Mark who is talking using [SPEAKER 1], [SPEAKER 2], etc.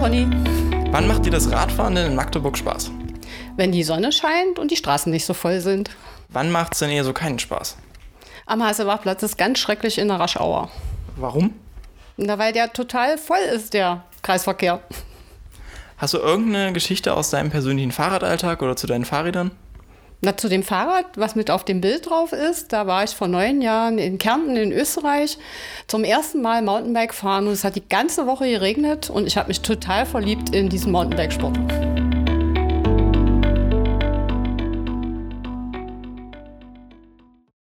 [SPEAKER 1] Conny.
[SPEAKER 2] Wann macht dir das Radfahren denn in Magdeburg Spaß?
[SPEAKER 1] Wenn die Sonne scheint und die Straßen nicht so voll sind.
[SPEAKER 2] Wann macht es denn eher so keinen Spaß?
[SPEAKER 1] Am Haselbachplatz ist ganz schrecklich in der Raschauer.
[SPEAKER 2] Warum?
[SPEAKER 1] Na, weil der total voll ist, der Kreisverkehr.
[SPEAKER 2] Hast du irgendeine Geschichte aus deinem persönlichen Fahrradalltag oder zu deinen Fahrrädern?
[SPEAKER 1] Na, zu dem Fahrrad, was mit auf dem Bild drauf ist, da war ich vor neun Jahren in Kärnten in Österreich zum ersten Mal Mountainbike fahren und es hat die ganze Woche geregnet und ich habe mich total verliebt in diesen Mountainbike-Sport.